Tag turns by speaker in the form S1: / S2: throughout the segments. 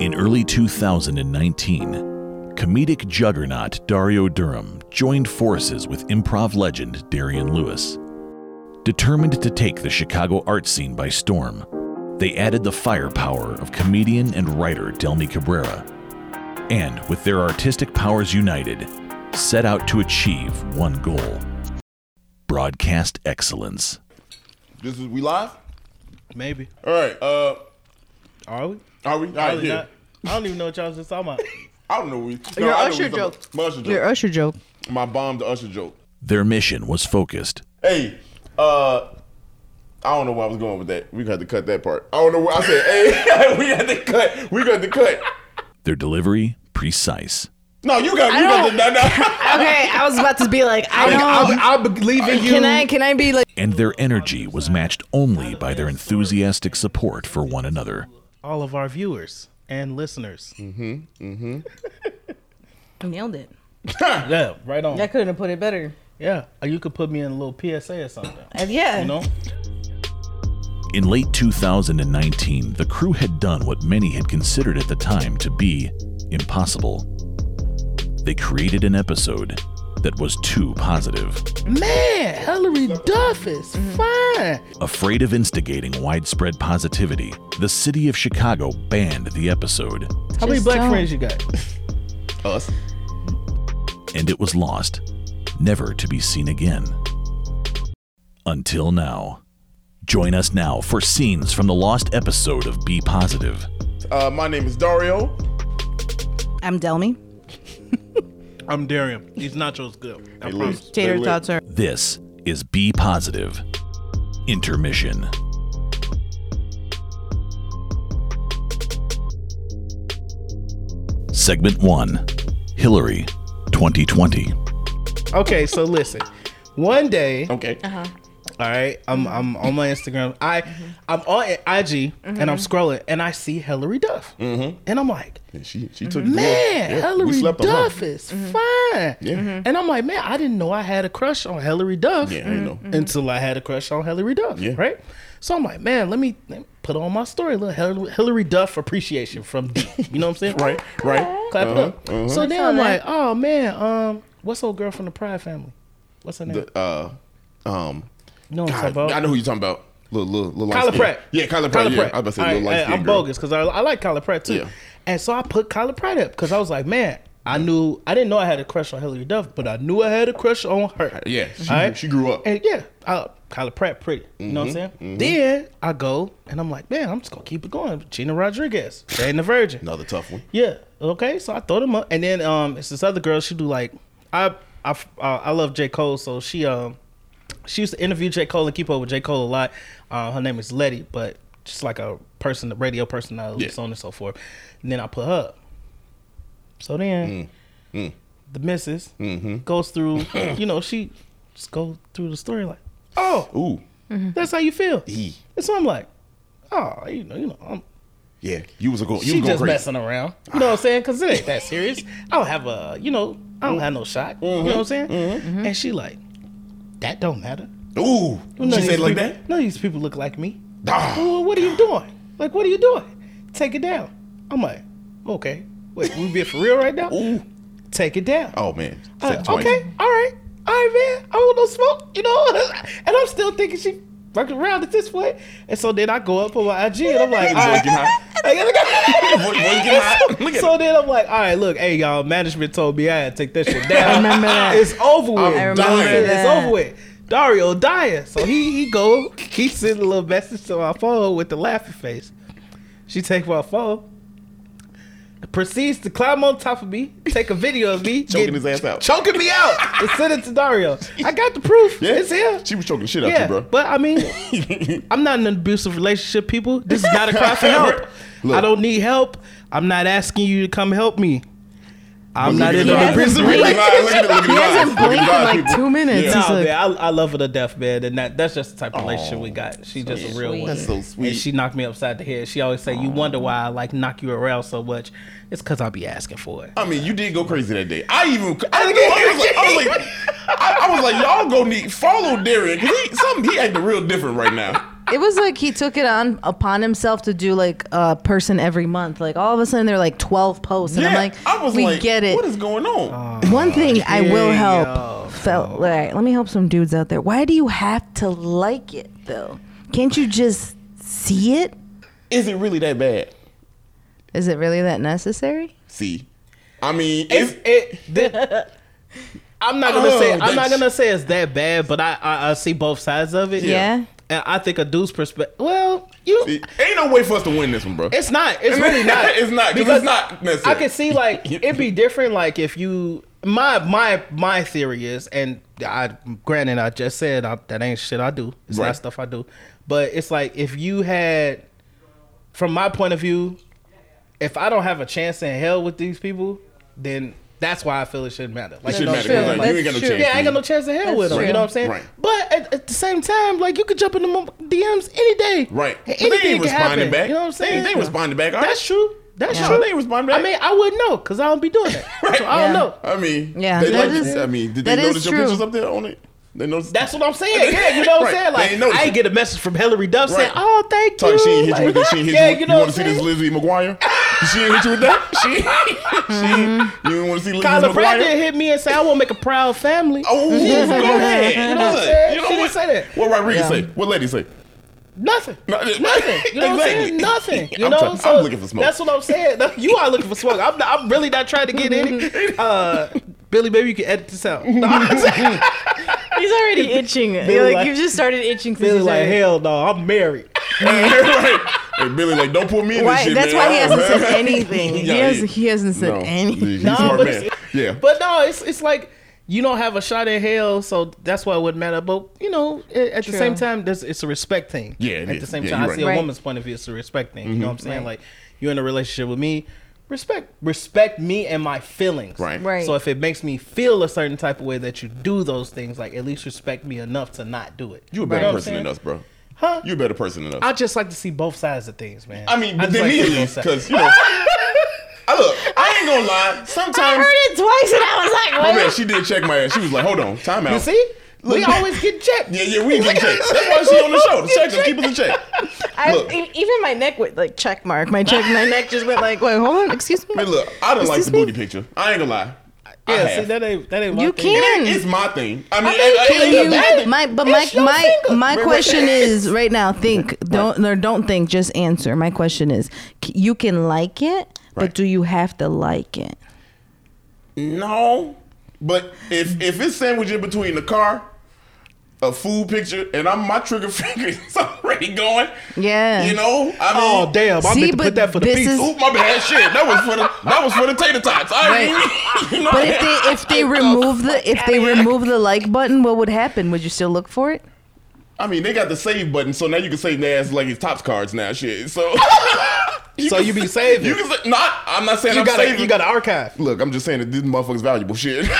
S1: In early 2019, comedic juggernaut Dario Durham joined forces with improv legend Darian Lewis. Determined to take the Chicago art scene by storm, they added the firepower of comedian and writer Delmi Cabrera, and with their artistic powers united, set out to achieve one goal broadcast excellence.
S2: This is we live.
S3: Maybe.
S2: All right. Uh,
S3: Are we?
S2: are we? All right.
S3: Probably
S2: Yeah.
S3: not. I don't even know what y'all was just talking about.
S2: I don't know. We.
S4: Your
S2: I know
S4: Usher
S2: we talking-
S4: joke.
S2: My Usher joke.
S4: Your Usher joke.
S2: my bomb the Usher joke.
S1: Their mission was focused.
S2: Hey, uh, I don't know where I was going with that. We got to cut that part. I don't know where I said. Hey, we got to cut. We got to cut.
S1: Their delivery precise.
S2: No, you got. You got to. No, no.
S4: Okay, I was about to be like, I don't.
S5: I, I believe in you.
S4: Can I? Can I be like?
S1: And their energy was matched only by their enthusiastic support for one another.
S3: All of our viewers and listeners.
S4: Nailed it.
S3: Yeah, right on.
S4: I couldn't have put it better.
S3: Yeah. Or you could put me in a little PSA or something.
S4: And Uh, yeah.
S3: You know?
S1: In late 2019, the crew had done what many had considered at the time to be impossible. They created an episode that was too positive.
S3: Man, Hillary Duff is fine.
S1: Afraid of instigating widespread positivity, the city of Chicago banned the episode,
S3: How many
S4: Just
S3: black
S4: don't.
S3: friends you got?
S2: Us.
S1: and it was lost, never to be seen again. Until now. Join us now for scenes from the lost episode of Be Positive.
S2: Uh, my name is Dario.
S4: I'm Delmi.
S3: I'm Darian. These nachos good. I promise.
S2: Liz.
S4: Tater
S2: Hey, Liz.
S4: tots are.
S1: This is Be Positive Intermission. Segment 1 Hillary 2020.
S3: Okay, so listen. One day, all
S2: Okay.
S3: right, I'm I'm on my Instagram. I I'm on IG and I'm scrolling and I see Hillary Duff. And I'm like,
S2: She she took
S3: man,
S2: Yeah, we
S3: Hillary
S2: slept on her.
S3: Duff is fine.
S2: Yeah. Mhm.
S3: And I'm like, man, I didn't know I had a crush on Hillary Duff
S2: Yeah, I know.
S3: until I had a crush on Hillary Duff,
S2: Yeah.
S3: right? So I'm like, man, let me, let me put on my story, a little Hil- Hillary Duff appreciation from D. You know what I'm saying?
S2: Right. Right.
S3: Clap it
S2: Uh-huh,
S3: up. So then I'm like, oh man, um, what's old girl from the Pride family? What's her name?
S2: The, uh, um.
S3: you know what
S2: God,
S3: I'm talking about?
S2: I know who you're talking about. Little little little. light
S3: Kyla
S2: skin.
S3: Pratt.
S2: Yeah, Kyla Pratt. Yeah, I was about to say
S3: All
S2: little
S3: right,
S2: light
S3: and
S2: skin
S3: I'm
S2: girl.
S3: bogus because I, I like Kyla Pratt too.
S2: Yeah.
S3: And so I put Kyla Pratt up because I was like, man, I knew I didn't know I had a crush on Hillary Duff, but I knew I had a crush on her.
S2: Yeah, she,
S3: All right?
S2: she grew up. Mm-hmm,
S3: And yeah, I, Kyla Pratt, pretty. You know what I'm saying? Then I go and I'm like, man, I'm just gonna keep it going. Gina Rodriguez, Jane the Virgin.
S2: Another tough one.
S3: Yeah. Okay. So I throw them up, and then um, it's this other girl. She do like I I uh, I love J Cole, so she um she used to interview J Cole and keep up with J Cole a lot. Uh, her name is Letty, but just like a person, a radio person, uh,
S2: Yeah.
S3: so on and so forth. And then I put her up. So then the missus goes through. you know, she just go through the story like, oh,
S2: Ooh.
S3: that's how you feel.
S2: E.
S3: And so I'm like, oh, you know, you know, I'm
S2: Yeah. You was a go. You
S3: she
S2: was going
S3: just
S2: crazy.
S3: messing around. You know what I'm saying? Because it ain't that serious. I don't have a, you know, I don't have no shot. You know what I'm saying?
S2: Mm-hmm.
S3: And she like, that don't matter.
S2: Ooh.
S3: None
S2: she said
S3: of these
S2: it like
S3: people-
S2: that.
S3: None of these people look like me.
S2: Ah.
S3: Well, what are you doing? Like, what are you doing? Take it down. I'm like, okay. Wait, we being for real right now?
S2: Ooh.
S3: Take it down.
S2: Oh man.
S3: Uh,
S2: Said it twice.
S3: okay, all right, all right, man. I want no smoke, you know. And I'm still thinking she fucking around at this point. And so then I go up on my IG and I'm like, all right.
S2: Working hot. Working hot. Look at
S3: so then I'm like, all right, look, hey y'all, management told me I had to take that shit down.
S4: I remember that.
S3: It's over with.
S2: I remember dying.
S3: It's
S4: that.
S3: over with. Dario dying. So he he go, he send a little message to my phone with the laughing face. She takes my phone. Proceeds to climb on top of me, take a video of me
S2: Choking
S3: getting-
S2: his ass out.
S3: choking me out, and send it to Dario. I got the proof.
S2: Yeah.
S3: It's here.
S2: She was choking the shit out
S3: Yeah,
S2: you, bro.
S3: but I mean, I'm not in an abusive relationship, people. This is not a cry for help.
S2: Look.
S3: I don't need help. I'm not asking you to come help me. I'm
S2: Look
S3: not
S2: at
S3: in
S2: the
S3: an
S2: vibe. Look
S3: abusive
S2: at
S3: relationship.
S2: the vibe. Look at the- look at the
S4: He hasn't
S2: vibe. Look
S4: blinked in
S2: at the vibe,
S4: like
S2: people.
S4: two minutes.
S3: Nah,
S4: He's like,
S3: man, I, I love her to death, man, and that, that's just the type of relationship we got. She's just a real
S4: sweet.
S3: one.
S2: That's so sweet.
S3: And she knocked me upside the head. She always say, "You wonder why I like knock you around so much? It's because I be asking for it."
S2: I mean, you did go crazy that day. I even I, knew- I was like, I was like, I, I was like, y'all go need follow Darian because he something he acting real different right now.
S5: it was like he took it on upon himself to do like a person every month. Like all of a sudden there were like twelve posts, and I'm like,
S2: I was
S5: we
S2: like,
S5: get it.
S2: What is going on?
S5: One thing I will help.
S3: yo.
S5: Felt like let me help some dudes out there. Why do you have to like it though? Can't you just see it?
S2: is it really that bad?
S5: Is it really that necessary?
S2: See, I mean,
S3: It's,
S2: it's,
S3: it, thi- I'm not gonna
S2: Oh,
S3: say I'm not
S2: that's-
S3: gonna say it's that bad, but I, I I see both sides of it.
S5: Yeah.
S3: and I think a dude's perspective. Well, you,
S2: it- ain't no way for us to win this one, bro.
S3: it's not. It's really not.
S2: It's not, 'cause it's not necessary.
S3: I can see like it'd be different. Like if you my my my theory is, and I granted I just said I, that ain't shit I do. It's
S2: Right.
S3: not stuff I do, but it's like if you had, from my point of view, if I don't have a chance in hell with these people, then that's why I feel it shouldn't matter. Like
S2: It
S3: you
S2: shouldn't
S3: know what I'm
S2: matter.
S3: saying?
S2: 'cause, Like,
S5: That's
S2: you ain't got no
S5: true.
S2: chance.
S3: yeah, I ain't got no
S2: to
S3: chance in hell
S5: That's
S3: with them. You
S5: true.
S3: know what I'm saying?
S2: Right.
S3: But at, at the same time, like you could jump in the mo- DMs any day.
S2: win. Right. But
S3: Anything
S2: They ain't
S3: can happen.
S2: responding back.
S3: You know what I'm saying?
S2: They, they responding back. all right.
S3: That's true. That's
S5: Yeah.
S3: true.
S2: They ain't responding back.
S3: I mean, I wouldn't know because I don't be doing that. So I don't
S5: Yeah.
S3: know.
S2: I mean,
S5: Yeah,
S2: They
S5: that
S2: like,
S5: is-
S2: I mean, did
S5: that
S2: they
S5: is
S2: notice your
S5: true.
S2: pictures up there on it? They noticed.
S3: That's what I'm saying. Yeah, you know what
S2: Right.
S3: I'm saying?
S2: They
S3: Like,
S2: ain't noticed.
S3: I ain't get a message from Hillary Duff saying,
S2: Right.
S3: oh, thank you.
S2: Talk, she ain't hit you with that.
S3: Like,
S2: She ain't hit
S3: yeah,
S2: you with
S3: you
S2: you
S3: know
S2: want
S3: what
S2: to
S3: I'm
S2: see this
S3: saying?
S2: Lizzie McGuire? she ain't hit you with that? She, she you want to see Lizzie
S3: Mm-hmm. Kyla Pratt didn't
S2: McGuire?
S3: hit me and say, I want to make a proud family.
S2: Oh, go ahead.
S3: You know what I'm saying? She didn't say that.
S2: What Rodriguez say? What lady say?
S3: Nothing.
S2: No,
S3: Nothing. You know what I'm saying?
S2: exactly.
S3: Nothing. You
S2: I'm
S3: know,
S2: trying- I'm
S3: So
S2: looking for smoke.
S3: That's what I'm saying. No, You are looking for smoke. I'm, not, I'm really not trying to get any. Uh, Billy, maybe you can edit this out. No, I'm saying-
S5: He's already itching.
S3: You're like, like- "You've
S5: just started itching since
S3: Billy like, hell no, I'm married.
S2: right. Hey, Billy, like, don't put me in
S5: Why,
S2: this shit,
S5: that's
S2: man.
S5: why he
S2: Oh, man.
S5: hasn't said anything.
S2: Yeah,
S5: he, has,
S2: yeah.
S5: he hasn't said
S2: No.
S5: anything.
S2: He's a smart
S3: but
S2: man.
S3: it's-
S2: Yeah.
S3: But no, it's it's like you don't have a shot in hell, so that's why it wouldn't matter. But you know, a- at the
S5: True.
S3: same time, there's, it's a respect thing.
S2: Yeah, it
S3: at
S2: is.
S3: the same
S2: Yeah,
S3: time,
S2: you're Mm-hmm.
S3: I see
S2: right.
S3: a
S5: Right.
S3: woman's point of view. It's a respect thing. You know what I'm saying? Like you're in a relationship with me, respect respect me and my feelings.
S2: Right.
S5: Right.
S3: So if it makes me feel a certain type of way that you do those things, like at least respect me enough to not do it.
S2: you a
S3: You know
S2: better
S3: what I'm
S2: person than
S3: saying?
S2: us, bro.
S3: Huh?
S2: You a better person than us.
S3: I just like to see both sides of things, man.
S2: I mean, but
S3: just
S2: then
S3: like to
S2: me at
S3: see both
S2: least,
S3: sides.
S2: because you know, I look, I ain't gonna lie.
S5: I
S2: Sometimes,
S5: heard it twice and I was
S2: oh
S5: like,
S2: man,
S5: what?
S2: she did check my ass. She was like, "Hold on, time out."
S3: you see, we
S2: Look.
S3: always get checked.
S2: Yeah, yeah, we get checked. That's why she on the show. The check us, keep us in check.
S5: I,
S2: Look.
S5: e- even my neck went like check mark. My check, my neck just went like, wait, hold on, excuse me.
S2: Man, look, I done like
S5: Excuse
S2: the
S5: me?
S2: booty picture. I ain't gonna lie. I
S3: Yeah,
S2: have.
S3: see, that ain't that ain't. my
S5: You
S3: thing.
S5: can't
S2: it's my thing. I mean,
S5: Hmm. I mean,
S2: it- it ain't a bad
S5: can you?
S2: thing.
S5: My, but my
S3: It's your
S5: my
S3: finger.
S5: my
S2: Right,
S5: question
S2: right.
S5: is right now. Think don't or don't think. Just answer. My question is: c- You can like it,
S2: Right.
S5: but do you have to like it?
S2: No, but if if it's sandwiched in between the car, a food picture, and I'm my trigger finger is already going.
S5: Yeah.
S2: You know, I mean,
S3: Oh damn! I
S5: See,
S3: meant to
S5: but
S3: put that for the
S5: this
S3: pizza.
S5: is-
S2: Ooh, my bad. Shit, that was for the that was for the tater tots. I
S5: Right.
S2: mean, you know,
S5: But if they if they remove the if they remove the like button, what would happen? Would you still look for it?
S2: I mean, they got the save button, so now you can save their ass like it's tops cards now. Shit, so
S3: so you be saving.
S2: you
S3: You,
S2: can say, not. I'm not saying I'm
S3: got
S2: saving.
S3: a, you got an archive.
S2: Look, I'm just saying that this motherfucker's valuable shit. right.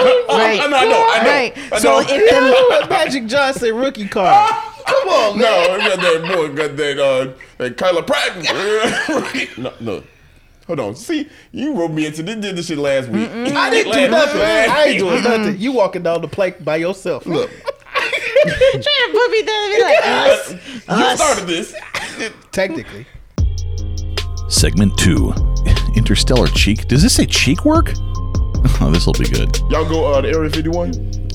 S2: Oh, I know, I know, I know.
S5: Right.
S2: I
S5: So
S2: know.
S5: if the
S3: Magic Johnson rookie card.
S2: Come on, no, we got that boy, got that uh, that Kyla Pratt. no, no, hold on. See, you wrote me into this, did this shit last week.
S3: I didn't do
S2: Last-
S3: nothing.
S2: last
S3: I ain't
S2: week.
S3: doing nothing. You walking down the plank by yourself.
S2: Look,
S5: trying to put me down and be like, us,
S2: you
S5: us.
S2: started this.
S3: Technically,
S1: Segment 2 Interstellar Cheek. Does this say cheek work? Oh, this will be good.
S2: Y'all go uh, to Area 51.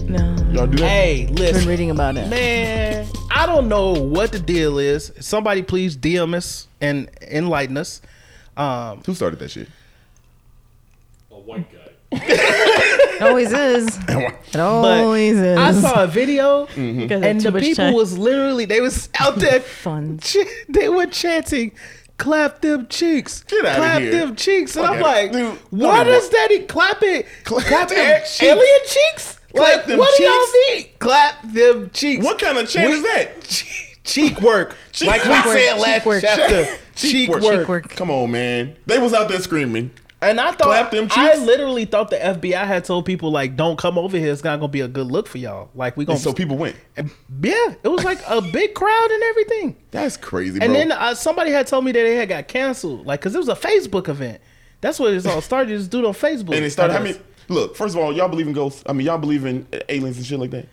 S5: No,
S2: Y'all do that.
S3: hey,
S5: I've been
S3: listen,
S5: reading about it.
S3: man. I don't know what the deal is. Somebody please DM us and enlighten us. Um,
S2: Who started that shit?
S5: It always is. It
S3: but
S5: always is.
S3: I saw a video,
S2: Mm.
S5: You guys have
S3: and
S5: too
S3: the
S5: much
S3: people
S5: time.
S3: was literally they was out there
S5: Fun.
S3: ch- they were chanting, "Clap them cheeks,
S2: Get outta
S3: clap
S2: here.
S3: them cheeks," and I'm
S2: outta-
S3: like,
S2: Dude,
S3: "What
S2: don't
S3: is
S2: even-
S3: that? He clapping?
S2: Clap
S3: Clap,
S2: them
S3: them
S2: cheeks.
S3: alien cheeks?
S2: Clap
S3: like
S2: them
S3: what do
S2: cheeks.
S3: y'all need? Clap them cheeks?
S2: What kind of chant
S3: We-
S2: is that?
S3: Che- cheek work?
S2: Cheek
S3: like
S2: work.
S3: we said
S5: Cheek
S3: last
S5: work.
S3: chapter,
S2: Cheek
S3: cheek,
S2: work.
S3: work.
S5: Cheek work.
S2: Come on, man. They was out there screaming.
S3: And I thought
S2: Clap them
S3: I
S2: cheeks.
S3: literally thought the FBI had told people like, "Don't come over here. It's not gonna be a good look for y'all. Like we gonna
S2: And so people went.
S3: yeah, it was like a big crowd and everything.
S2: That's crazy, bro.
S3: And then uh, somebody had told me that it had got canceled, like because it was a Facebook event. That's what it's all started. This dude on Facebook,
S2: and it started. I
S3: guess.
S2: mean, look. First of all, y'all believe in ghosts. I mean, y'all believe in aliens and shit like that.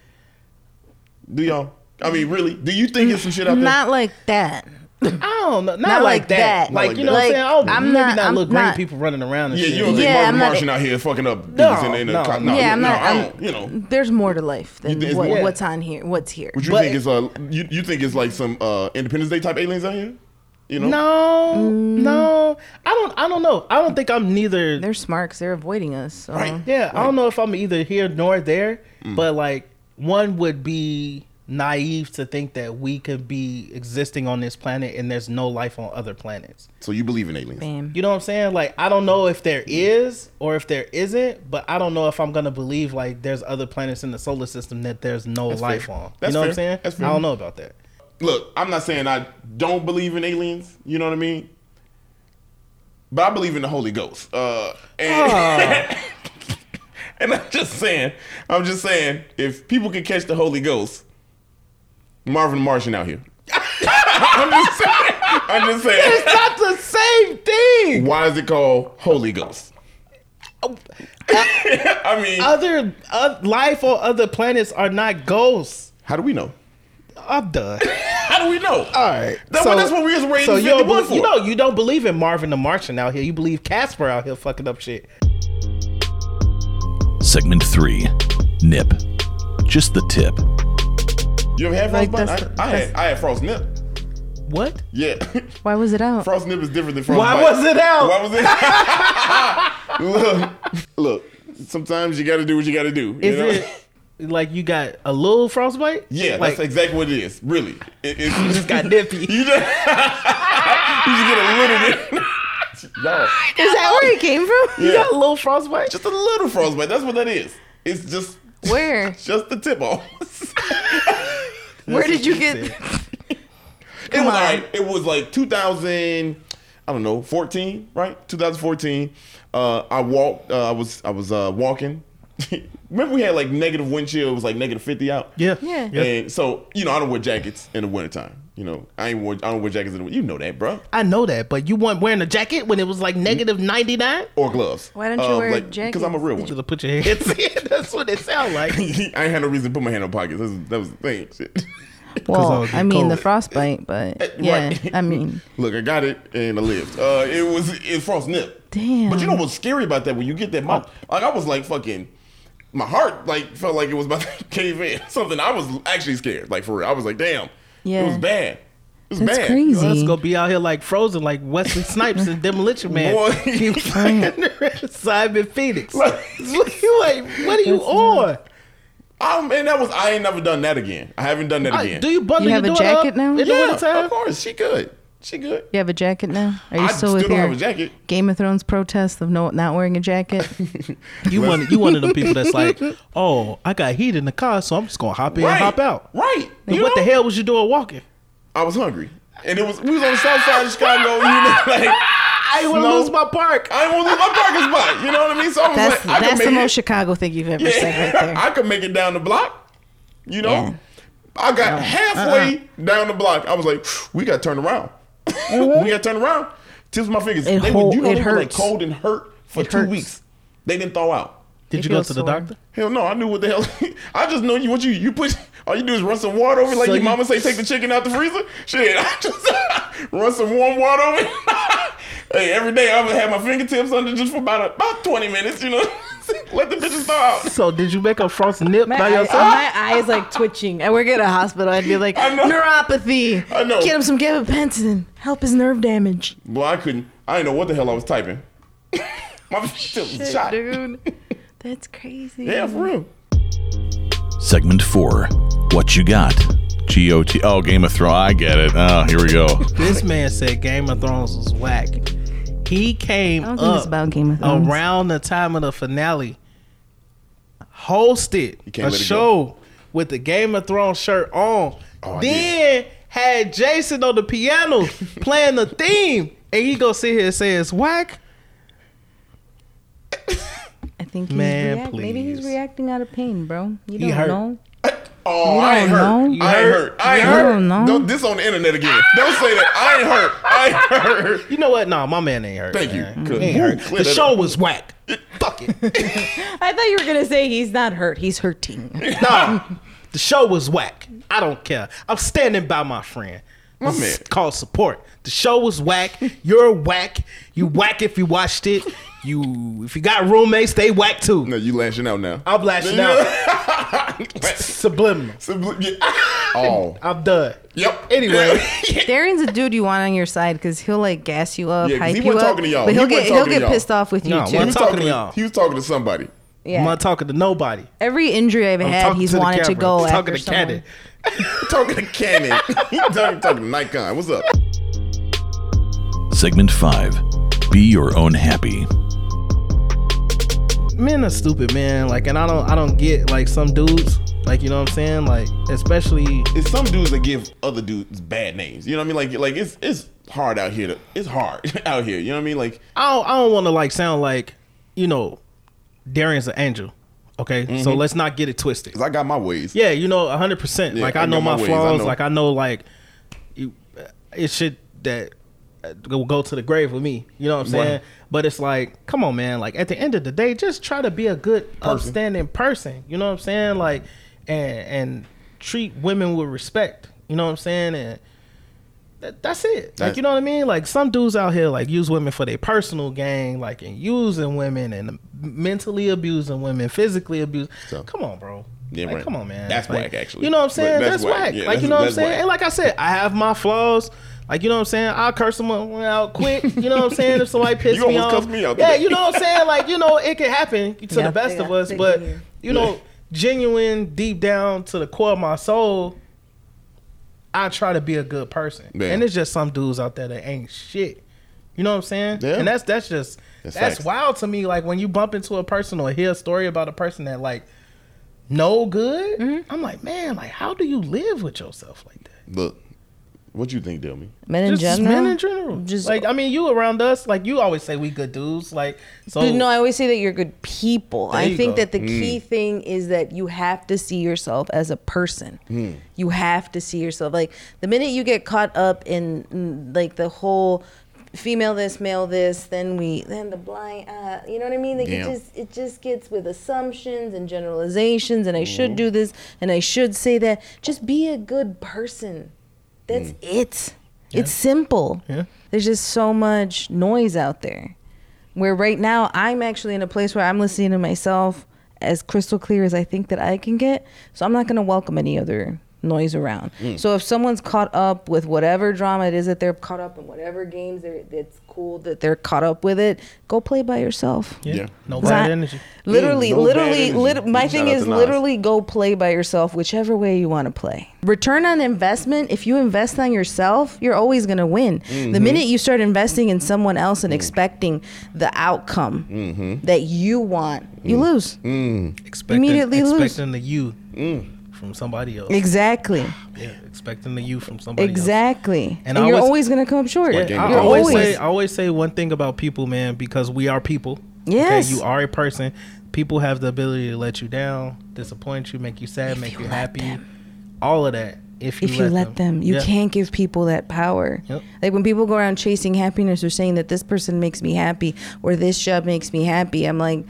S2: Do y'all? I mean, really? Do you think it's some shit out there?
S5: Not like that.
S3: I don't know. Not, like, that. Like,
S2: Not like
S3: you know
S2: that.
S3: what I'm saying? I don't,
S5: Like, I'm
S3: maybe
S5: not-
S3: not,
S5: I'm
S3: little green
S5: not-
S3: people running around and
S2: Yeah,
S3: shit.
S2: you don't think
S5: Yeah,
S2: Marvin
S5: I'm not-
S2: Martian out here fucking up dudes
S3: No,
S2: in, the- in the
S3: no.
S2: co- no,
S5: Yeah, I'm
S2: no,
S5: not-
S2: I don't-
S5: I'm-
S2: you know.
S5: There's more to life than
S2: You- it's
S5: what,
S2: more-
S5: what's on here. What's here.
S2: Would you
S3: But-
S2: think it's uh you, you think it's like some uh Independence Day type aliens out here? You know?
S3: No, no. I don't. I don't know. I don't think I'm neither.
S5: Mm. They're smart 'cause they're avoiding us. So.
S2: Right.
S3: Yeah, I don't know if I'm either here nor there,
S2: Mm.
S3: but like one would be naive to think that we could be existing on this planet and there's no life on other planets.
S2: So you believe in aliens?
S5: Bam.
S3: You know what I'm saying? Like I don't know if there is or if there isn't, but I don't know if I'm gonna believe like there's other planets in the solar system that there's no life
S2: fair.
S3: on.
S2: That's
S3: you know what
S2: fair.
S3: I'm saying?
S2: That's fair.
S3: I don't know about that.
S2: Look, I'm not saying I don't believe in aliens. You know what I mean? But I believe in the Holy Ghost. Uh, and,
S3: Ah.
S2: and I'm just saying, I'm just saying, if people can catch the Holy Ghost, Marvin the Martian out here. I'm just saying. I'm just saying.
S3: That's the same thing.
S2: Why is it called Holy Ghost? I mean,
S3: Other uh, life on other planets are not ghosts.
S2: how do we know?
S3: I'm done.
S2: How do we know?
S3: All right.
S2: That's what- that's what we was raised
S3: so
S2: in
S3: you, don't
S2: 51
S3: believe, you
S2: for.
S3: know you don't believe in Marvin the Martian out here. You believe Casper out here fucking up shit.
S1: Segment 3 Nip. Just the tip.
S2: You ever had
S5: Like,
S2: frost bite?
S5: that's-
S2: I, I had I had frost nip.
S3: What?
S2: Yeah,
S5: Why was it out?
S2: frost nip is different than frost
S3: Why
S2: bite.
S3: was it out?
S2: Why was it? look, look. Sometimes you got to do what you got to do. you
S3: Is
S2: know?
S3: it like you got a little frostbite?
S2: Yeah,
S3: Like,
S2: that's exactly what it is. Really, it, it's
S3: you just got nippy.
S2: you just, you just get a little bit. Y'all,
S5: Is that where it came from?
S3: You
S2: yeah,
S3: got a little frostbite?
S2: just a little frost bite. That's what that is. It's just
S5: Where?
S2: just the tip off.
S5: Where did you get?
S2: It was
S5: on.
S2: alright. It was like 2000. I don't know, 14, right? 2014. Uh, I walked. Uh, I was. I was uh, walking. Remember, we had like negative wind chill. It was like negative 50 out.
S3: Yeah.
S5: Yeah.
S2: And so, you know, I don't wear jackets in the wintertime. You know, I ain't wear, I don't wear jackets in the winter. You know that, bro.
S3: I know that, but you weren't wearing a jacket when it was like negative 99?
S2: Or gloves.
S5: Why don't you wear
S2: Because I'm a real
S3: You
S2: one.
S3: just put your hands in. That's what it sound like.
S2: I ain't had no reason to put my hand in my pockets. That was, that was the thing. Shit.
S5: Well,
S3: I'll get
S5: I mean the
S3: COVID.
S5: frostbite, but yeah,
S2: Right.
S5: I mean
S2: Look, I got it and I lived. Uh, it was it frost nip.
S5: Damn.
S2: But you know what's scary about that when you get that mouth? Like I was like fucking, my heart like felt like it was about to cave in. Something I was actually scared. Like for real, I was like, damn. It was
S5: Yeah.
S2: bad. It was
S5: that's
S2: bad.
S5: crazy.
S3: Let's go be out here like frozen, like Wesley Snipes and Demolition Man.
S2: Boy.
S3: You fucking Simon Phoenix. you like, what are you on?
S2: Um, and that was I ain't never done that again. I haven't done that
S3: I-
S2: again.
S3: do you bundle
S5: You
S3: your
S5: have a
S3: daughter up
S5: jacket now?
S3: In the
S2: Yeah,
S3: wintertime?
S2: of course she good. She good.
S5: You have a jacket now? Are you
S2: I
S5: still
S2: still
S5: with
S2: don't
S5: your
S2: have a jacket.
S5: Game of Thrones protest of no, not wearing a jacket?
S3: You one, you one of them people that's like, oh, I got heat in the car, so I'm just gonna hop in and hop out.
S2: Right.
S3: And
S2: You
S3: what the
S2: know?
S3: hell was you doing walking?
S2: I was hungry, and it was we was on the south side of Chicago. You know, like
S3: I didn't want to
S2: Snow.
S3: lose my park.
S2: I want to lose my parking spot. You know what I mean? So I was
S5: That's
S2: like, I can
S5: that's
S2: make
S5: the
S2: it.
S5: most Chicago thing you've ever said right there.
S2: I could make it down the block. You know,
S5: Yeah. Oh, uh-uh.
S2: I got halfway down the block. I was like, we got to turn around. we got to turn around. Tips of my fingers.
S5: It
S2: they
S5: hol-
S2: were, you know,
S5: it
S2: they were like
S5: hurts.
S2: cold and hurt for
S5: It
S2: two
S5: hurts.
S2: weeks. They didn't thaw out.
S3: Did
S5: It
S3: you go
S5: feels
S3: to the
S5: sore.
S3: doctor?
S2: Hell no, I knew what the hell. I just know you. What you you put? All you do is run some water over, like
S3: So
S2: your
S3: you-
S2: mama say, take the chicken out the freezer. Shit, I just run some warm water over. it. hey, every day I would have my fingertips under just for about about twenty minutes. You know, let the bitches thaw out.
S3: So did you make a frosted nip
S5: My,
S3: by
S5: eye-
S3: yourself?
S5: my eyes like twitching. I work at a hospital. I'd be like,
S2: I know.
S5: neuropathy.
S2: I know.
S5: Get him some gabapentin. Help his nerve damage.
S2: Well, I couldn't. I didn't know what the hell I was typing. my fingertips was shot.
S5: Dude, that's crazy.
S2: Yeah, for real.
S1: Segment 4 What You Got. GOT. Oh, Game of Thrones. I get it. Oh, here we go.
S3: This man said Game of Thrones was whack. He came
S5: I don't think it's
S3: up
S5: about Oh, Game of Thrones.
S3: around the time of the finale, hosted
S2: can't
S3: a
S2: let it go.
S3: show with the Game of Thrones shirt on.
S2: Oh, I
S3: then had Jason on the piano playing the theme, and he go sit here and say it's whack.
S5: I think he's
S3: Man,
S5: react- maybe he's
S3: please.
S5: reacting out of pain, bro. You don't
S3: He hurt.
S5: know.
S2: Oh,
S5: You
S2: I ain't
S5: don't
S2: hurt.
S5: know?
S2: I ain't hurt. I ain't
S5: You
S2: hurt.
S5: don't know?
S2: Don't, this on the internet again. Don't say that. I ain't hurt. I ain't hurt.
S3: You know what? Nah, my man ain't hurt.
S2: Thank you.
S3: man.
S2: Good.
S3: He ain't
S2: Ooh,
S3: hurt.
S2: clear
S3: The
S2: that
S3: show
S2: up.
S3: was whack.
S2: Fuck it.
S5: I thought you were gonna say he's not hurt. He's hurting.
S3: Nah, The show was whack. I don't care. I'm standing by my friend.
S2: My
S3: This
S2: man.
S3: is called support. The show was whack. You're whack. You whack if you watched it. You if you got roommates, they whack too.
S2: No, you lashing out now.
S3: I'm lashing out. Subliminal.
S2: Oh.
S3: I'm done.
S2: Yep.
S3: Anyway.
S5: Darian's a dude you want on your side because he'll like gas you up,
S2: Yeah, 'cause
S5: hype
S2: he
S5: you
S2: wasn't
S5: up,
S2: talking to y'all.
S5: but
S2: He
S5: he'll
S2: wasn't
S5: get
S2: talking
S5: he'll
S2: to
S5: get
S2: y'all.
S5: pissed off with you
S3: No,
S5: too.
S3: one
S2: He was
S3: Talking to
S2: talking to-
S3: y'all.
S2: He was talking to somebody.
S5: yeah.
S3: I'm not talking to nobody.
S5: Every injury I've
S3: I'm
S5: had,
S3: talking
S5: he's
S3: to the
S5: wanted to
S3: camera.
S5: go
S3: I'm
S5: after
S3: talking to
S5: someone.
S3: Cannon.
S2: talking to Canon. he talking, talking to Nikon. What's up?
S1: Segment 5 Be Your Own Happy.
S3: men are stupid, man. Like, and I don't, I don't get like some dudes. Like, you know what I'm saying? Like, especially
S2: It's some dudes that give other dudes bad names. You know what I mean? Like, like it's it's hard out here. To, it's hard out here. You know what I mean? Like,
S3: I don't, I don't want to like sound like, you know, Darian's an angel. Okay, so let's not get it twisted.
S2: 'cause I got my ways.
S3: Yeah, you know, hundred percent.
S2: Yeah,
S3: Like
S2: I
S3: I know
S2: got my
S3: my,
S2: ways, I
S3: flaws.
S2: know.
S3: Like I know, like you, it's shit that uh, will go to the grave with me. You know what I'm saying?
S2: Right.
S3: But it's like, come on, man. Like at the end of the day, just try to be a good, upstanding person. You know what I'm saying? Like, and and treat women with respect. You know what I'm saying? And that, that's it. Like
S2: That-
S3: you know what I mean? Like some dudes out here like use women for their personal gain, like and using women and mentally abusing women, physically abusing.
S2: So-
S3: Come on, bro.
S2: Yeah,
S3: Like,
S2: right.
S3: Come on, man.
S2: That's
S3: Like,
S2: whack, actually.
S3: You know what I'm saying?
S2: Like,
S3: that's,
S2: that's
S3: whack.
S2: whack. Yeah,
S3: like,
S2: that's-
S3: you know what I'm
S2: that's
S3: saying?
S2: whack.
S3: And like I said, I have my flaws. Like, you know what I'm saying? I'll curse someone out quick. You know what I'm saying? If somebody pissed
S2: You
S3: me
S2: almost
S3: off.
S2: cussed me out
S3: yeah,
S2: today.
S3: you know what I'm saying? Like, you know, it can happen to
S5: Yeah.
S3: the best of
S5: Yeah.
S3: us, but, you know, genuine, deep down to the core of my soul, I try to be a good person.
S2: Yeah.
S3: And it's just some dudes out there that ain't shit. You know what I'm saying?
S2: Yeah.
S3: And that's that's just
S2: That's
S3: that's,
S2: facts.
S3: wild to me. Like when you bump into a person or hear a story about a person that like no good,
S5: Mm-hmm.
S3: I'm like, man, like how do you live with yourself like that?
S2: Look, what you think, Delmy?
S5: Men in
S3: just
S5: general.
S3: men in general.
S5: Just-
S3: Just like I mean, you around us, like you always say we good dudes. Like so,
S5: But no, I always say that you're good people. I
S3: you
S5: think
S3: go.
S5: that the key thing is that you have to see yourself as a person. You have to see yourself. Like the minute you get caught up in mm, like the whole female this, male this, then we then the blind uh, you know what I mean? Like
S2: Yeah.
S5: it just it just gets with assumptions and generalizations and I should do this and I should say that. Just be a good person. That's it. It's simple.
S3: Yeah.
S5: There's just so much noise out there. Where right now I'm actually in a place where I'm listening to myself as crystal clear as I think that I can get. So I'm not going to welcome any other noise around. So if someone's caught up with whatever drama it is that they're caught up in, whatever games they're, that's cool that they're caught up with it, go play by yourself.
S2: Yeah.
S3: no
S5: It's
S3: bad
S5: not-
S3: energy.
S5: Literally,
S2: Mm, no bad
S5: literally,
S2: energy.
S5: lit- my
S2: Shout
S5: thing
S2: out
S5: is
S2: to Nas.
S5: literally go play by yourself, whichever way you want to play. Return on investment, if you invest on yourself, you're always going to win. The
S2: Mm-hmm.
S5: minute you start investing in someone else and
S2: Mm.
S5: expecting the outcome
S2: Mm-hmm.
S5: that you want,
S2: Mm.
S5: you lose.
S3: Expecting,
S5: Immediately lose.
S3: expecting the you
S2: Mm.
S3: from somebody else.
S5: Exactly.
S3: Yeah, expecting the you from somebody else.
S5: Exactly. And,
S3: And I
S5: you're
S3: always-
S5: always going to come up short.
S3: Yeah,
S2: game
S3: I
S2: of
S5: you're
S2: thrones.
S3: always,
S5: always.
S3: say I always say one thing about people, man, because we are people.
S5: Yes.
S3: you are a person. People have the ability to let you down, disappoint you, make you sad, make you, happy, all of that. If you
S5: if
S3: let
S5: you let them, you
S3: Yeah.
S5: can't give people that power.
S3: Yep.
S5: Like when people go around chasing happiness or saying that this person makes me happy or this job makes me happy, I'm like,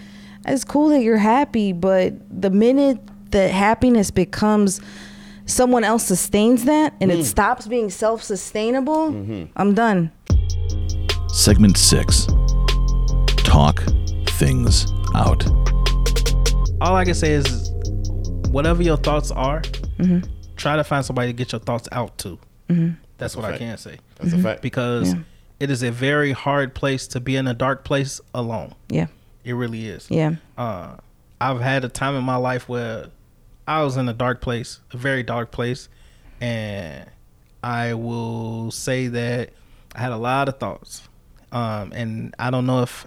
S5: it's cool that you're happy, but the minute that happiness becomes someone else sustains that and
S3: Mm.
S5: it stops being self sustainable,
S3: Mm-hmm.
S5: I'm done.
S1: Segment 6 Talk Things Out.
S3: All I can say is, whatever your thoughts are,
S5: Mm-hmm.
S3: try to find somebody to get your thoughts out to. That's, what I
S2: fact.
S3: can say
S2: That's a fact.
S3: because it is a very hard place to be in a dark place alone.
S5: Yeah.
S3: It really is.
S5: Yeah.
S3: uh, I've had a time in my life where I was in a dark place, a very dark place, and I will say that I had a lot of thoughts. Um, and I don't know if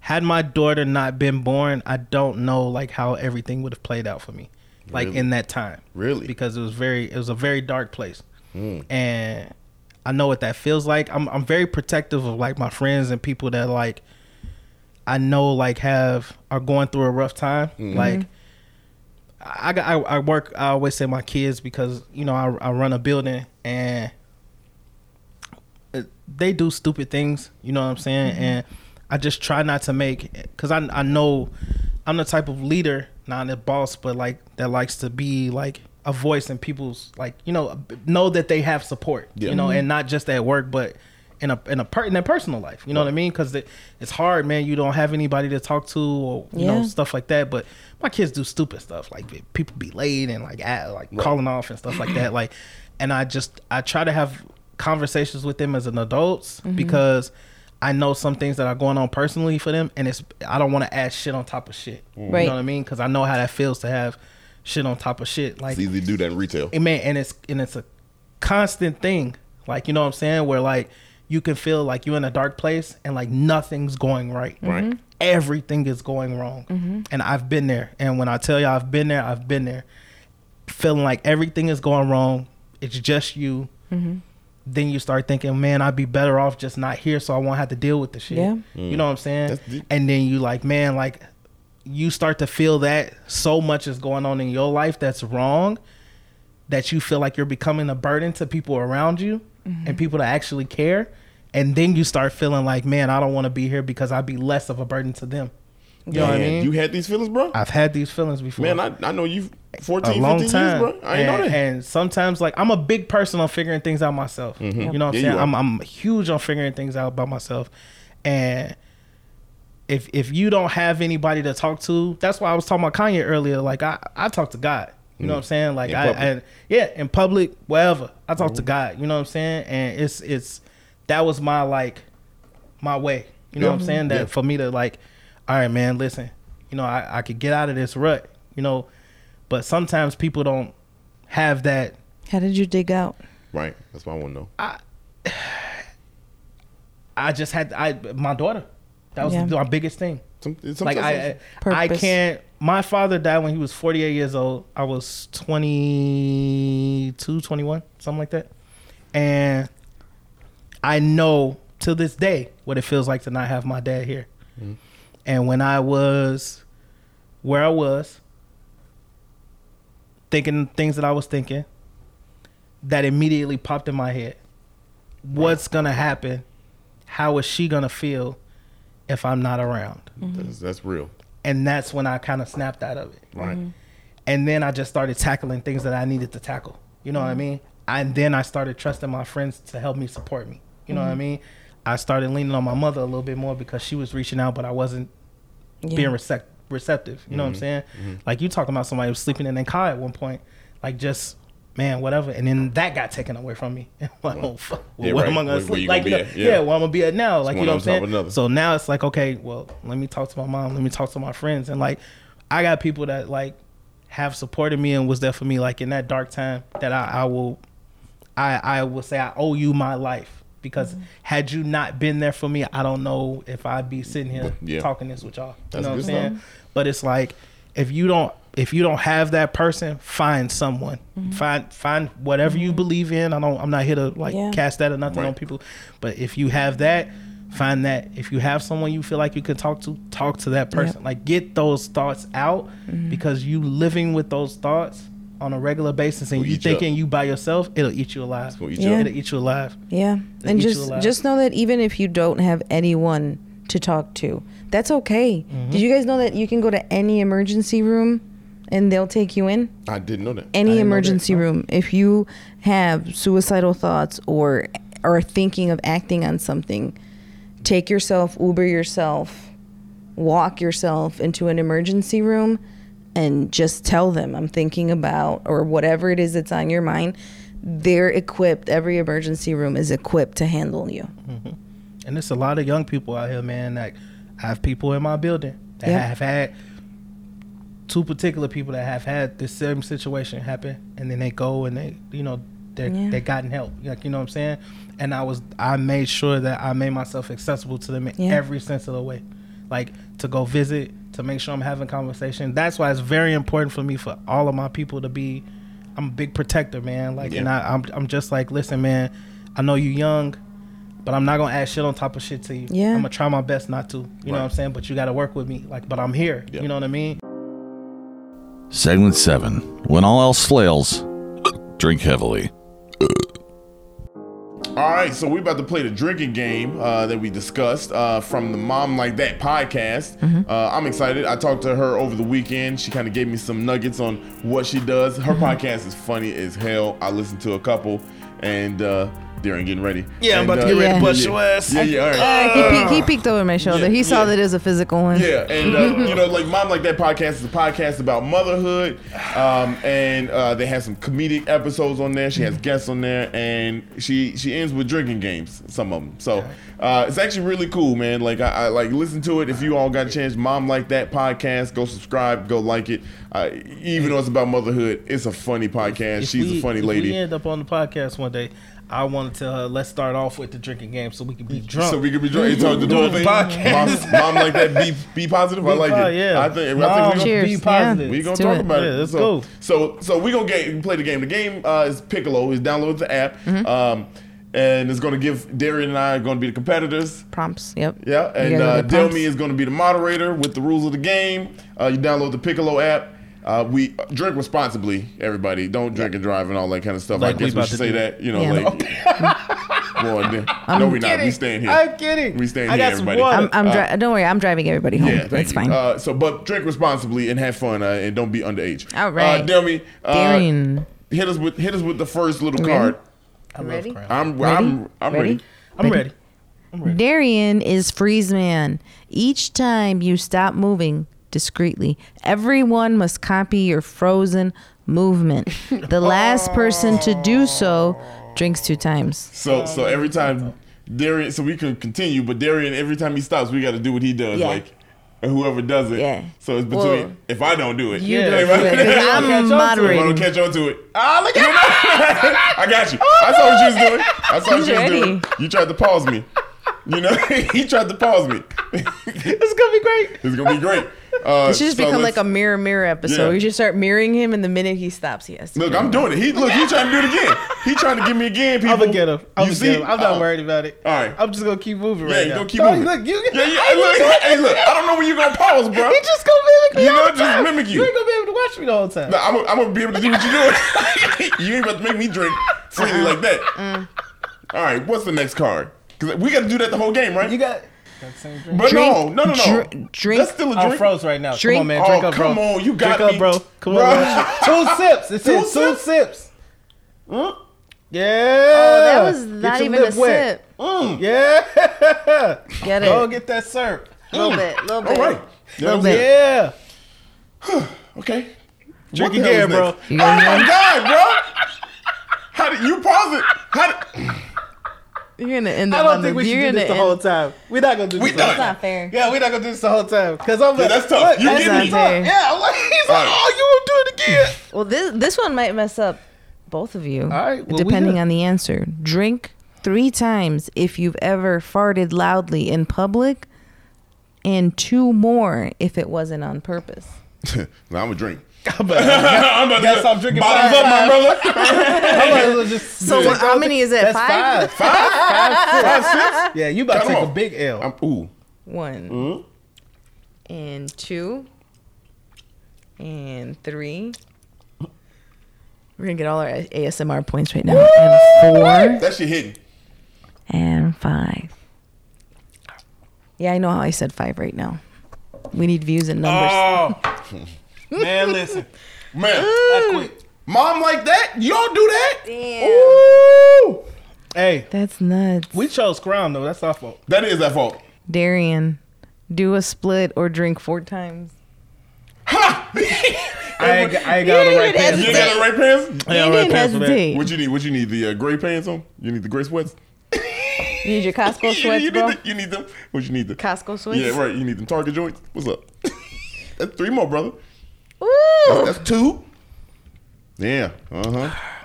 S3: had my daughter not been born, I don't know like how everything would have played out for me, like in that time.
S2: Really?
S3: because it was very, it was a very dark place, and I know what that feels like. I'm, I'm very protective of like my friends and people that like I know like have are going through a rough time. Like I, got- I I work. I always say my kids because you know I I run a building and it- they do stupid things. You know what I'm saying? And I just try not to make because I I know I'm the type of leader, not a boss, but like that likes to be like a voice and people's like you know know that they have support
S2: Yeah.
S3: you know and not just at work but in a in a per, in their personal life you know what i mean because it's hard man you don't have anybody to talk to or you know
S5: Yeah.
S3: stuff like that but my kids do stupid stuff like people be late and like at, like calling off and stuff like that like and i just i try to have conversations with them as an adults
S5: Mm-hmm.
S3: because i know some things that are going on personally for them and it's i don't want to add shit on top of shit you
S5: Right.
S3: know what i mean because i know how that feels to have shit on top of shit like
S2: It's easy to do that in retail.
S3: and man, and it's and it's a constant thing. Like you know what I'm saying, where like you can feel like you're in a dark place and like nothing's going right. Right. Everything is going wrong. And I've been there. And when I tell you I've been there, I've been there. Feeling like everything is going wrong. It's just you. Then you start thinking, man, I'd be better off just not here, so I won't have to deal with the shit.
S5: Yeah.
S3: You know what I'm saying?
S2: Mm. That's deep.
S3: And then you like, man, like you start to feel that so much is going on in your life that's wrong that you feel like you're becoming a burden to people around you and people that actually care and then you start feeling like man i don't want to be here because i'd be less of a burden to them you know what i
S2: Man,
S3: mean
S2: You had these feelings, bro?
S3: i've had these feelings before
S2: Man, I, I know you 14,
S3: a long
S2: 15
S3: time
S2: years, bro. I ain't
S3: and,
S2: know that.
S3: and sometimes like i'm a big person on figuring things out myself you know what i'm
S2: Mm-hmm. Yeah, you
S3: saying
S2: are.
S3: I'm, I'm huge on figuring things out by myself and if if you don't have anybody to talk to, that's why I was talking about Kanye earlier. Like I, I talk to God. You know what I'm saying?
S2: Mm.
S3: Like
S2: In
S3: I,
S2: public.
S3: I yeah, in public, wherever. I talk to God. You know what I'm saying? And it's it's that was my like my way. You know
S2: Yeah.
S3: what I'm saying? That
S2: Yeah.
S3: for me to like, all right, man, listen, you know, I, I could get out of this rut, you know, but sometimes people don't have that
S5: How did you dig out?
S2: right. That's what I want to know.
S3: I just had I my daughter. That was
S5: Yeah.
S3: my biggest thing.
S2: Some, sometimes
S3: like I, I, I
S5: Purpose.
S3: can't. My father died when he was 48 years old. I was 22, 21, something like that. And I know to this day what it feels like to not have my dad here. And when I was where I was, thinking things that I was thinking, that immediately popped in my head. What's gonna happen? How is she gonna feel if I'm not around?
S2: that's, that's real.
S3: and that's when I kind of snapped out of it.
S2: Right.
S3: Mm-hmm. And then I just started tackling things that I needed to tackle. You know what I mean? And then I started trusting my friends to help me support me. You know what I mean? I started leaning on my mother a little bit more because she was reaching out, but I wasn't being recep receptive. You know
S2: Mm-hmm.
S3: what I'm saying? Like you talking about somebody who was sleeping in their car at one point, like just man, whatever. And then that got taken away from me. And I'm like, oh fuck, well,
S2: Yeah,
S3: what
S2: right.
S3: am I gonna
S2: Where- where
S3: sleep?
S2: you
S3: Like,
S2: gonna
S3: you
S2: be
S3: know,
S2: at?
S3: yeah.
S2: Yeah.
S3: where I'm gonna be at now? Like you
S2: one
S3: know
S2: on
S3: what
S2: top
S3: I'm
S2: of
S3: saying?
S2: another.
S3: So now it's like, okay, well, let me talk to my mom. Let me talk to my friends, and like, I got people that like have supported me and was there for me, like in that dark time that I, I will I I will say I owe you my life because had you not been there for me, I don't know if I'd be sitting here
S2: Yeah.
S3: talking this with y'all. You
S2: That's
S3: know what I'm
S2: good
S3: saying? But it's like if you don't if you don't have that person, find someone. Find find whatever you believe in. I don't I'm not here to like
S5: Yeah.
S3: cast that or nothing
S2: Right.
S3: on people. But if you have that, find that. If you have someone you feel like you can talk to, talk to that person. Like get those thoughts out because you living with those thoughts on a regular basis and
S2: Will
S3: you
S2: eat you up.
S3: thinking you by yourself, it'll eat you alive.
S2: gonna eat
S5: you Yeah. up.
S3: It'll eat you alive.
S5: Yeah. and
S3: eat you
S5: just
S3: alive.
S5: just know that even if you don't have anyone to talk to, that's okay. Did you guys know that you can go to any emergency room and they'll take you in?
S2: I didn't know that.
S3: didn't
S5: Any
S3: know that,
S5: emergency
S3: no.
S5: room. If you have suicidal thoughts or are thinking of acting on something, take yourself, Uber yourself, walk yourself into an emergency room and just tell them I'm thinking about or whatever it is that's on your mind. They're equipped. Every emergency room is equipped to handle you.
S3: And it's a lot of young people out here, man. Like I have people in my building that
S5: Yeah.
S3: have had two particular people that have had this same situation happen and then they go and they you know, they
S5: Yeah.
S3: they gotten help. Like you know what I'm saying? And I was I made sure that I made myself accessible to them in
S5: Yeah.
S3: every sense of the way. Like to go visit, to make sure I'm having conversation. That's why it's very important for me for all of my people to be I'm a big protector, man. Like and
S2: Yeah.
S3: I, I'm I'm just like, listen, man, I know you young but I'm not gonna add shit on top of shit to you.
S5: Yeah.
S3: I'm gonna try my best not to. You know what I'm saying? But you gotta work with me. Like, but I'm here.
S2: Yeah.
S3: You know what I mean?
S1: Segment 7 When All Else Flails, Drink Heavily.
S2: All right, so we about to play the drinking game uh, that we discussed uh, from the Mom Like That podcast. Uh, I'm excited. I talked to her over the weekend. She kind of gave me some nuggets on what she does. Her podcast is funny as hell. I listened to a couple, and uh, Darren getting ready.
S3: Yeah, I'm
S2: And,
S3: about to
S2: uh,
S3: get ready to
S5: yeah.
S3: bust your ass.
S2: Yeah, yeah, all right.
S5: Uh,
S2: Uh,
S5: he, peeked, he peeked over my shoulder.
S2: Yeah,
S5: he saw
S2: yeah.
S5: that it was a physical one.
S2: Yeah, and uh, you know, like Mom Like That podcast is a podcast about motherhood, um, and uh, they have some comedic episodes on there. She has guests on there, and she she ends with drinking games, some of them. So uh, it's actually really cool, man. Like I, I like listen to it. If you all got a chance, Mom Like That podcast, go subscribe, go like it. Uh, even though it's about motherhood, it's a funny podcast.
S3: If
S2: She's
S3: we-
S2: a funny
S3: if
S2: lady.
S3: We end up on the podcast one day. I want to tell her, let's start off with the drinking game so we can be drunk.
S2: So we could be drunk. You talk the door
S3: Doing
S2: thing.
S3: the podcast.
S2: Mom, mom like that. Be be positive. I like
S3: po-
S2: it.
S3: yeah.
S2: I think. I
S3: Mom,
S2: think we gonna-
S5: Cheers,
S3: be
S5: yeah.
S3: positive.
S2: We gonna
S5: Let's do
S2: talk
S5: it.
S2: about it.
S3: Yeah, let's
S2: so,
S3: go.
S2: So so we gonna get play the game. The game uh, is Piccolo. Is download the app.
S5: Mm-hmm.
S2: Um, and it's gonna give Darian and I are gonna be the competitors.
S5: Prompts. Yep.
S2: Yeah,
S5: You
S2: and
S5: guys
S2: uh,
S5: are the prompts.
S2: Delmi is gonna be the moderator with the rules of the game. Uh, you download the Piccolo app. Uh, we drink responsibly, everybody. Don't drink and drive and all that kind of stuff.
S3: Like
S2: I
S3: we
S2: guess we
S3: about
S2: should
S3: to
S2: say
S3: do.
S2: that. You know,
S5: Yeah.
S2: like, Boy, then- no, we not. We staying here.
S3: I'm kidding.
S2: We staying
S3: I
S2: here,
S3: got
S2: everybody.
S3: Some water.
S5: I'm, I'm dri- don't worry, I'm driving everybody home.
S2: uh, Yeah,
S5: That's
S2: thank you.
S5: fine.
S2: Uh, so, but drink responsibly and have fun, uh, and don't be underage.
S5: All right.
S2: uh, Demi, uh,
S5: Darian,
S2: hit us with hit us with the first little
S5: Ready?
S2: card.
S3: I love
S5: ready?
S3: crap.
S2: I'm
S5: Ready?
S2: I'm I'm ready.
S5: Ready?
S3: I'm ready.
S5: Darian is freeze man. Each time you stop moving discreetly, everyone must copy your frozen movement. The last person to do so drinks two times.
S2: So so every time Darian, so we can continue, but Darian, every time he stops, we got to do what he does,
S5: Yeah.
S2: like and whoever does it.
S5: Yeah.
S2: So it's between
S5: Well,
S2: if I don't do it,
S5: You
S3: Yeah.
S5: don't do it, 'cause
S3: Catch on
S5: I'm
S3: to it.
S2: I don't
S5: moderating.
S2: catch on to it.
S5: Oh,
S2: Ah, look at I got you. I saw what you was doing. I saw what
S5: He's
S2: you was doing.
S5: ready.
S2: You tried to pause me. You know, he tried to pause me.
S3: It's gonna be great.
S2: It's gonna be great. Uh,
S5: It should just
S2: so
S5: become
S2: let's-
S5: like a mirror mirror episode.
S2: Yeah.
S5: You should start mirroring him, and the minute he stops, he has to.
S2: Look, I'm doing it. He look, he trying to do it again. He trying to give me again. People,
S3: I'm gonna get him. I'm
S2: you
S3: gonna
S2: see,
S3: get him. I'm not
S2: Uh,
S3: worried about it.
S2: All right.
S3: I'm just gonna keep moving
S2: Yeah,
S3: right
S2: you
S3: now.
S2: gonna keep
S3: No,
S2: moving.
S3: Look, you.
S2: yeah, yeah. Hey, look, hey, look. I don't know when you're gonna pause, bro.
S3: He just gonna mimic me.
S2: You
S3: all
S2: know,
S3: the
S2: just
S3: time.
S2: mimic you.
S3: You ain't gonna be able to watch me the whole time.
S2: Nah, I'm, gonna- I'm gonna be able to do what you're doing. you ain't about to make me drink freely like that.
S3: Mm.
S2: All right, what's the next card? Because we got to do that the whole game, right?
S3: You got that same drink.
S2: but no,
S5: Drink-
S2: no, no, no.
S5: dr- drink-
S2: That's still a drink.
S3: I'm Oh, froze right now. Come
S5: Drink-
S3: on, man. Drink
S2: Oh,
S3: up, bro.
S2: come on, you got
S3: Drink
S2: me.
S3: up, bro. Come
S2: Bro.
S3: on. Bro. Two sips. It says
S2: Two
S3: two,
S2: sips?
S3: sips. Mm. Yeah.
S5: Oh, that was
S3: Get
S5: not
S3: your
S5: even a
S3: lip wet. Oh,
S5: sip.
S3: Yeah.
S5: Get it.
S3: Go get that syrup.
S5: A little bit, little
S2: All
S5: bit.
S2: right. That
S5: Little
S2: was
S5: bit.
S2: it.
S3: Yeah.
S2: Okay.
S3: Drink
S2: What the hell
S3: again,
S2: is
S3: bro.
S2: next? Oh my god, bro! How did you pause it? How did,
S5: You're gonna end up
S3: I don't
S5: on
S3: think
S5: the,
S3: we
S5: you're
S3: should do
S5: gonna
S3: this the
S5: end-
S3: whole time. We're not gonna do
S2: We
S3: this. the whole
S2: done.
S5: That's
S3: time.
S5: not fair.
S3: Yeah, we're not gonna do this the whole time. Cause I'm
S2: yeah,
S3: like,
S2: that's tough.
S3: look,
S2: You
S3: that's
S2: get
S5: not
S2: me.
S5: fair.
S3: Yeah, I'm like, he's
S2: All
S3: like,
S2: right.
S3: oh, you will do it again.
S5: Well, this this one might mess up both of you. All
S3: right, well, we
S5: depending
S3: good.
S5: on the answer. Drink three times if you've ever farted loudly in public, and two more if it wasn't on purpose.
S2: Nah, I'm a drink.
S3: I'm about
S2: Guess
S3: I'm drinking
S2: Bottoms
S3: five.
S2: up, my brother.
S3: I might as well just-
S5: So what- how many is it?
S3: That's
S5: Five?
S3: five. Five, five, six. Yeah, you about to
S2: Come
S3: take a
S2: on.
S3: big L.
S2: I'm, ooh,
S5: One
S3: Mm-hmm.
S5: and two and three. We're gonna get all our ASMR points right now. And four
S2: that shit hitting.
S5: and five. Yeah, I know how I said five right now. We need views and numbers.
S3: Oh. man, listen.
S2: Man,
S3: I quit.
S2: mom like that? Y'all do that?
S5: Damn.
S2: Ooh,
S3: Hey,
S5: That's nuts.
S3: we chose crime though. That's our fault.
S2: that is that fault.
S5: Darian, do a split or drink four times.
S2: Ha! you
S3: I ain't, got- I ain't got
S5: You
S3: the right
S5: didn't
S3: pants.
S2: ain't got the right pants?
S3: I ain't got the right pants for that.
S2: What you need? What you need? The uh, gray pants on? You need the gray sweats?
S5: You need your Costco
S2: you,
S5: sweats,
S2: need
S5: bro.
S2: the, you need them? What you need? The
S5: Costco sweats.
S2: Yeah, right. You need them Target joints. What's up? That's three more, brother.
S5: Ooh.
S2: That's two. Yeah. Uh huh.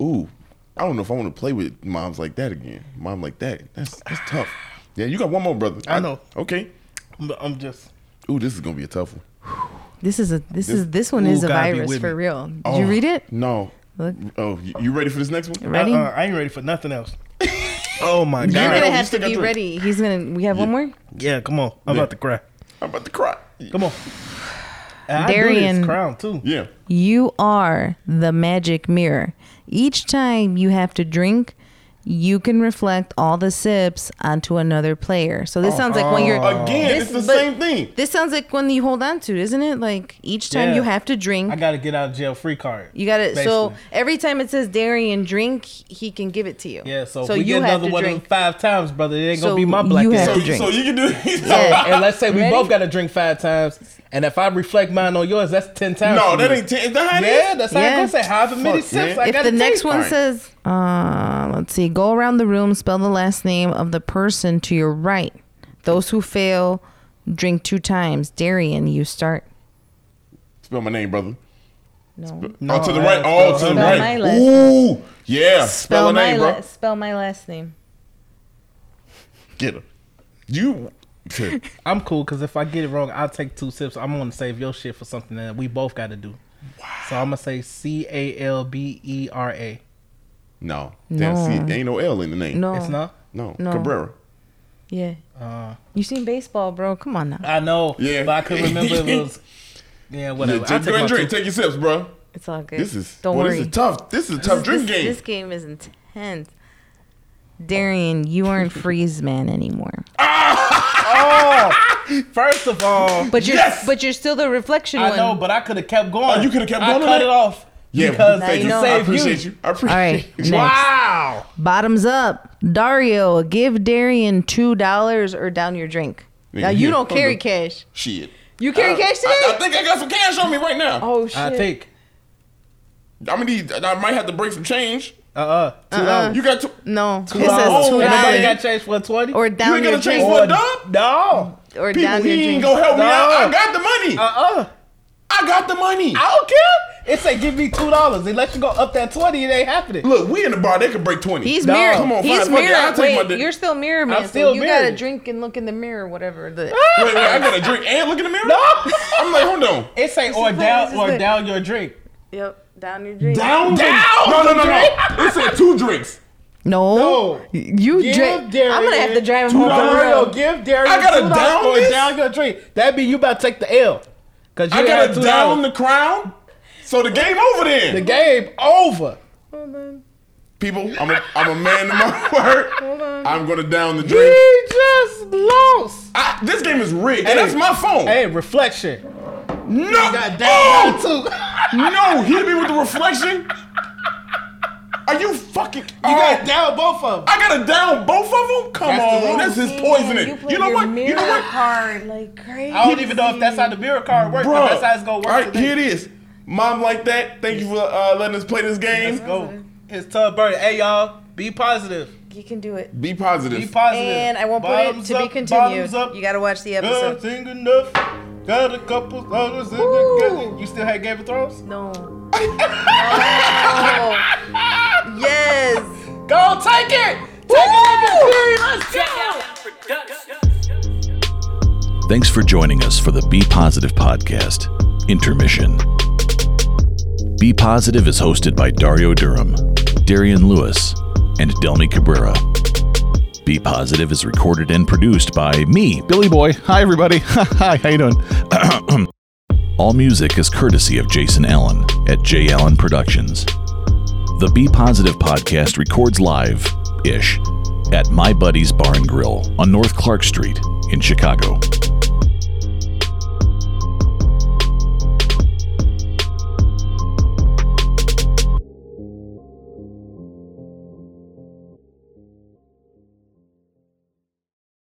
S2: Ooh, I don't know if I want to play with moms like that again. Mom like that. That's that's tough. Yeah, you got one more, brother.
S3: I know.
S2: Okay.
S3: I'm, I'm just.
S2: Ooh, this is gonna be a tough one.
S5: This is a this is this one is
S3: Ooh,
S5: a
S3: God, be
S5: virus
S3: with
S5: for
S3: me.
S5: real. Did
S2: Oh,
S5: you read it?
S2: No.
S5: Look,
S2: Oh, you, you ready for this next one?
S5: ready?
S3: Uh-uh, I ain't ready for nothing else. oh my
S5: You're
S2: Alright,
S5: gonna
S2: you
S3: god.
S5: have
S2: stick
S5: to
S2: out
S5: be
S2: through.
S5: ready. He's gonna. We have one more.
S3: Yeah, come on. I'm about to cry.
S2: I'm about to cry.
S3: Come on. And I do this
S5: Darian.
S3: crown too.
S2: Yeah.
S5: You are the magic mirror. Each time you have to drink, you can reflect all the sips onto another player. So
S3: Oh,
S5: this sounds like when you're
S2: Again, it's the
S5: but
S2: same thing.
S5: This sounds like one you hold on to, isn't it? Like each time
S3: Yeah.
S5: you have to drink,
S3: I got to get out of jail free card.
S5: you got to. So
S3: Basically.
S5: every time it says dairy and drink, he can give it to you.
S3: yeah, so, if we get another one of them five times, brother, it ain't
S5: So
S3: gonna be my black
S5: you
S3: ass.
S5: have
S2: So,
S5: to drink.
S2: so you can do
S5: Yeah.
S3: and let's say we
S5: Ready?
S3: both got to drink five times, and if I reflect mine on yours, that's ten times.
S2: No,
S3: for
S2: that
S3: me.
S2: ain't. T- is that how it
S3: Yeah,
S2: is?
S3: that's how
S5: Yeah.
S3: I gonna say however many
S2: Fuck,
S3: sips
S2: man.
S3: I
S5: if
S3: got
S5: the
S3: to
S5: next
S3: take.
S5: one
S2: Alright.
S5: says, uh, let's see, go around the room, spell the last name of the person to your right. Those who fail, drink two times. Darian, you start.
S2: Spell my name, brother.
S5: No.
S2: oh, to the
S3: man,
S2: right. Oh, to the
S3: spell- spell
S2: right.
S5: my last-
S2: Ooh, yeah. Spell, a
S5: my
S2: name,
S5: la-
S2: bro.
S5: spell my last name.
S2: Get her. You.
S3: I'm cool because if I get it wrong, I'll take two sips. I'm gonna save your shit for something that we both got to do. So I'm gonna say C A L B E R A.
S2: No. Damn, see, ain't no L in the name.
S5: No.
S3: It's not.
S2: No.
S5: No.
S2: Cabrera.
S5: Yeah. you seen baseball, bro. Come on now.
S3: I know.
S2: Yeah.
S3: but I could remember it was. Yeah,
S2: Yeah,
S3: whatever.
S2: take,
S3: I'll
S2: go ahead
S3: take my
S2: and drink.
S3: two.
S2: Take your sips, bro.
S5: It's all good.
S2: This is.
S5: Don't
S2: boy,
S5: worry.
S2: This is tough. This is a tough
S5: This-
S2: drink
S5: this,
S2: game.
S5: This game is intense. Darian, you aren't freeze man anymore.
S2: Ah,
S3: First of all,
S5: But you're
S2: Yes!
S5: but you're still the reflection
S3: I
S5: one.
S3: know, but I could have kept going.
S2: Oh, you coulda kept
S3: I
S2: going on
S3: cut
S2: that?
S3: it off.
S2: yeah,
S3: because
S5: Now you
S2: thank you.
S5: know.
S2: I
S3: save
S2: appreciate you. I appreciate
S5: All right,
S2: you.
S5: next.
S3: Wow.
S5: Bottoms up. Dario, give Darian two dollars or down your drink.
S2: Nigga,
S5: now you
S2: yeah.
S5: don't carry
S2: Fuck
S5: cash.
S2: Shit.
S5: You carry
S2: I-
S5: cash today?
S2: I, I think I got some cash on me right now.
S5: oh shit.
S3: I take.
S2: I'm gonna need. I might have to bring some change.
S3: Uh uh. Two dollars.
S2: You got to.
S5: no.
S2: It says
S5: $2.
S2: two
S3: Ain't Nobody
S2: dollars.
S3: got changed for twenty.
S5: or down
S2: ain't
S5: your
S2: gotta change
S5: drink.
S2: for
S5: Or,
S2: a dub?
S3: No.
S5: or
S2: People,
S5: down
S2: he
S5: your
S2: ain't
S5: drink.
S2: gonna help me out.
S3: No.
S2: I got the money.
S3: Uh uh
S2: I got the money.
S3: I don't care. It say give me two dollars. They let you go up that twenty. It ain't happening.
S2: Look, we in the bar. They could break twenty.
S5: He's
S3: No.
S5: mirror.
S2: Come on, fine,
S5: He's
S2: fuck it, I'll
S5: mirror.
S2: take my
S5: Wait,
S2: dick.
S5: you're still mirror man.
S3: still
S5: so you
S3: mirror.
S5: gotta drink and look in the mirror, whatever. The,
S2: Wait, wait, I got a drink and look in the mirror. No, I'm like, hold on.
S3: It say or
S5: is- this
S3: down
S5: is
S3: or
S5: it.
S3: down your drink.
S5: Yep, down your drink.
S2: Down, down. No, no, no, no. It said two drinks.
S5: No.
S3: No.
S5: You
S3: Give
S5: drink. I'm gonna have to
S3: Darian
S5: drive him
S2: two
S5: home.
S2: dollars.
S3: Dario, give Darian
S2: I gotta
S3: two
S2: down
S3: dollars or
S2: this?
S3: down your drink. That be you about to take the L. Cause you
S2: I gotta
S3: got two
S2: down
S3: dollars.
S2: the crown. So the game over then.
S3: The game over.
S2: People, I'm a, I'm a man to my word. I'm gonna down the drink.
S3: He just lost.
S2: I, this game is rigged,
S3: Hey.
S2: and that's my phone.
S3: Hey, reflection.
S2: no,
S3: Got
S2: Oh!
S3: down by two.
S2: No, hit me with the reflection. Are you fucking? You
S3: You got down both of them.
S2: I gotta down both of them. Come
S3: That's the
S2: on,
S3: rule.
S2: that's his poisoning. You, know what? You know what,
S5: Hard, like crazy.
S3: I don't even know if that's how the mirror card works.
S2: bro?
S3: But that's how it's gonna work.
S2: All right,
S3: today.
S2: here it is. Mom like that. Thank you for uh, letting us play this game.
S3: Let's go. Oh, It's tough burning. Hey y'all, be positive.
S5: You can do it.
S2: Be positive.
S3: Be positive.
S5: And I won't put
S3: Bottoms
S5: it to
S3: up,
S5: be continued.
S3: bottoms up.
S5: You gotta watch the
S3: Good
S5: episode.
S3: thing enough. Got a couple others in
S5: Ooh.
S3: the gut. You still had Game of Thrones?
S5: No. Oh. yes.
S3: Go take it! Take it like it's serious. Let's go!
S1: Thanks for joining us for the Be Positive podcast, Intermission. Be Positive is hosted by Dario Durham, Darian Lewis, and Delmi Cabrera. Be Positive is recorded and produced by me, Billy Boy. Hi, everybody. Hi, how you doing? All music is courtesy of Jason Allen at J. Allen Productions. The Be Positive podcast records live ish at My Buddy's Bar and Grill on North Clark Street in Chicago.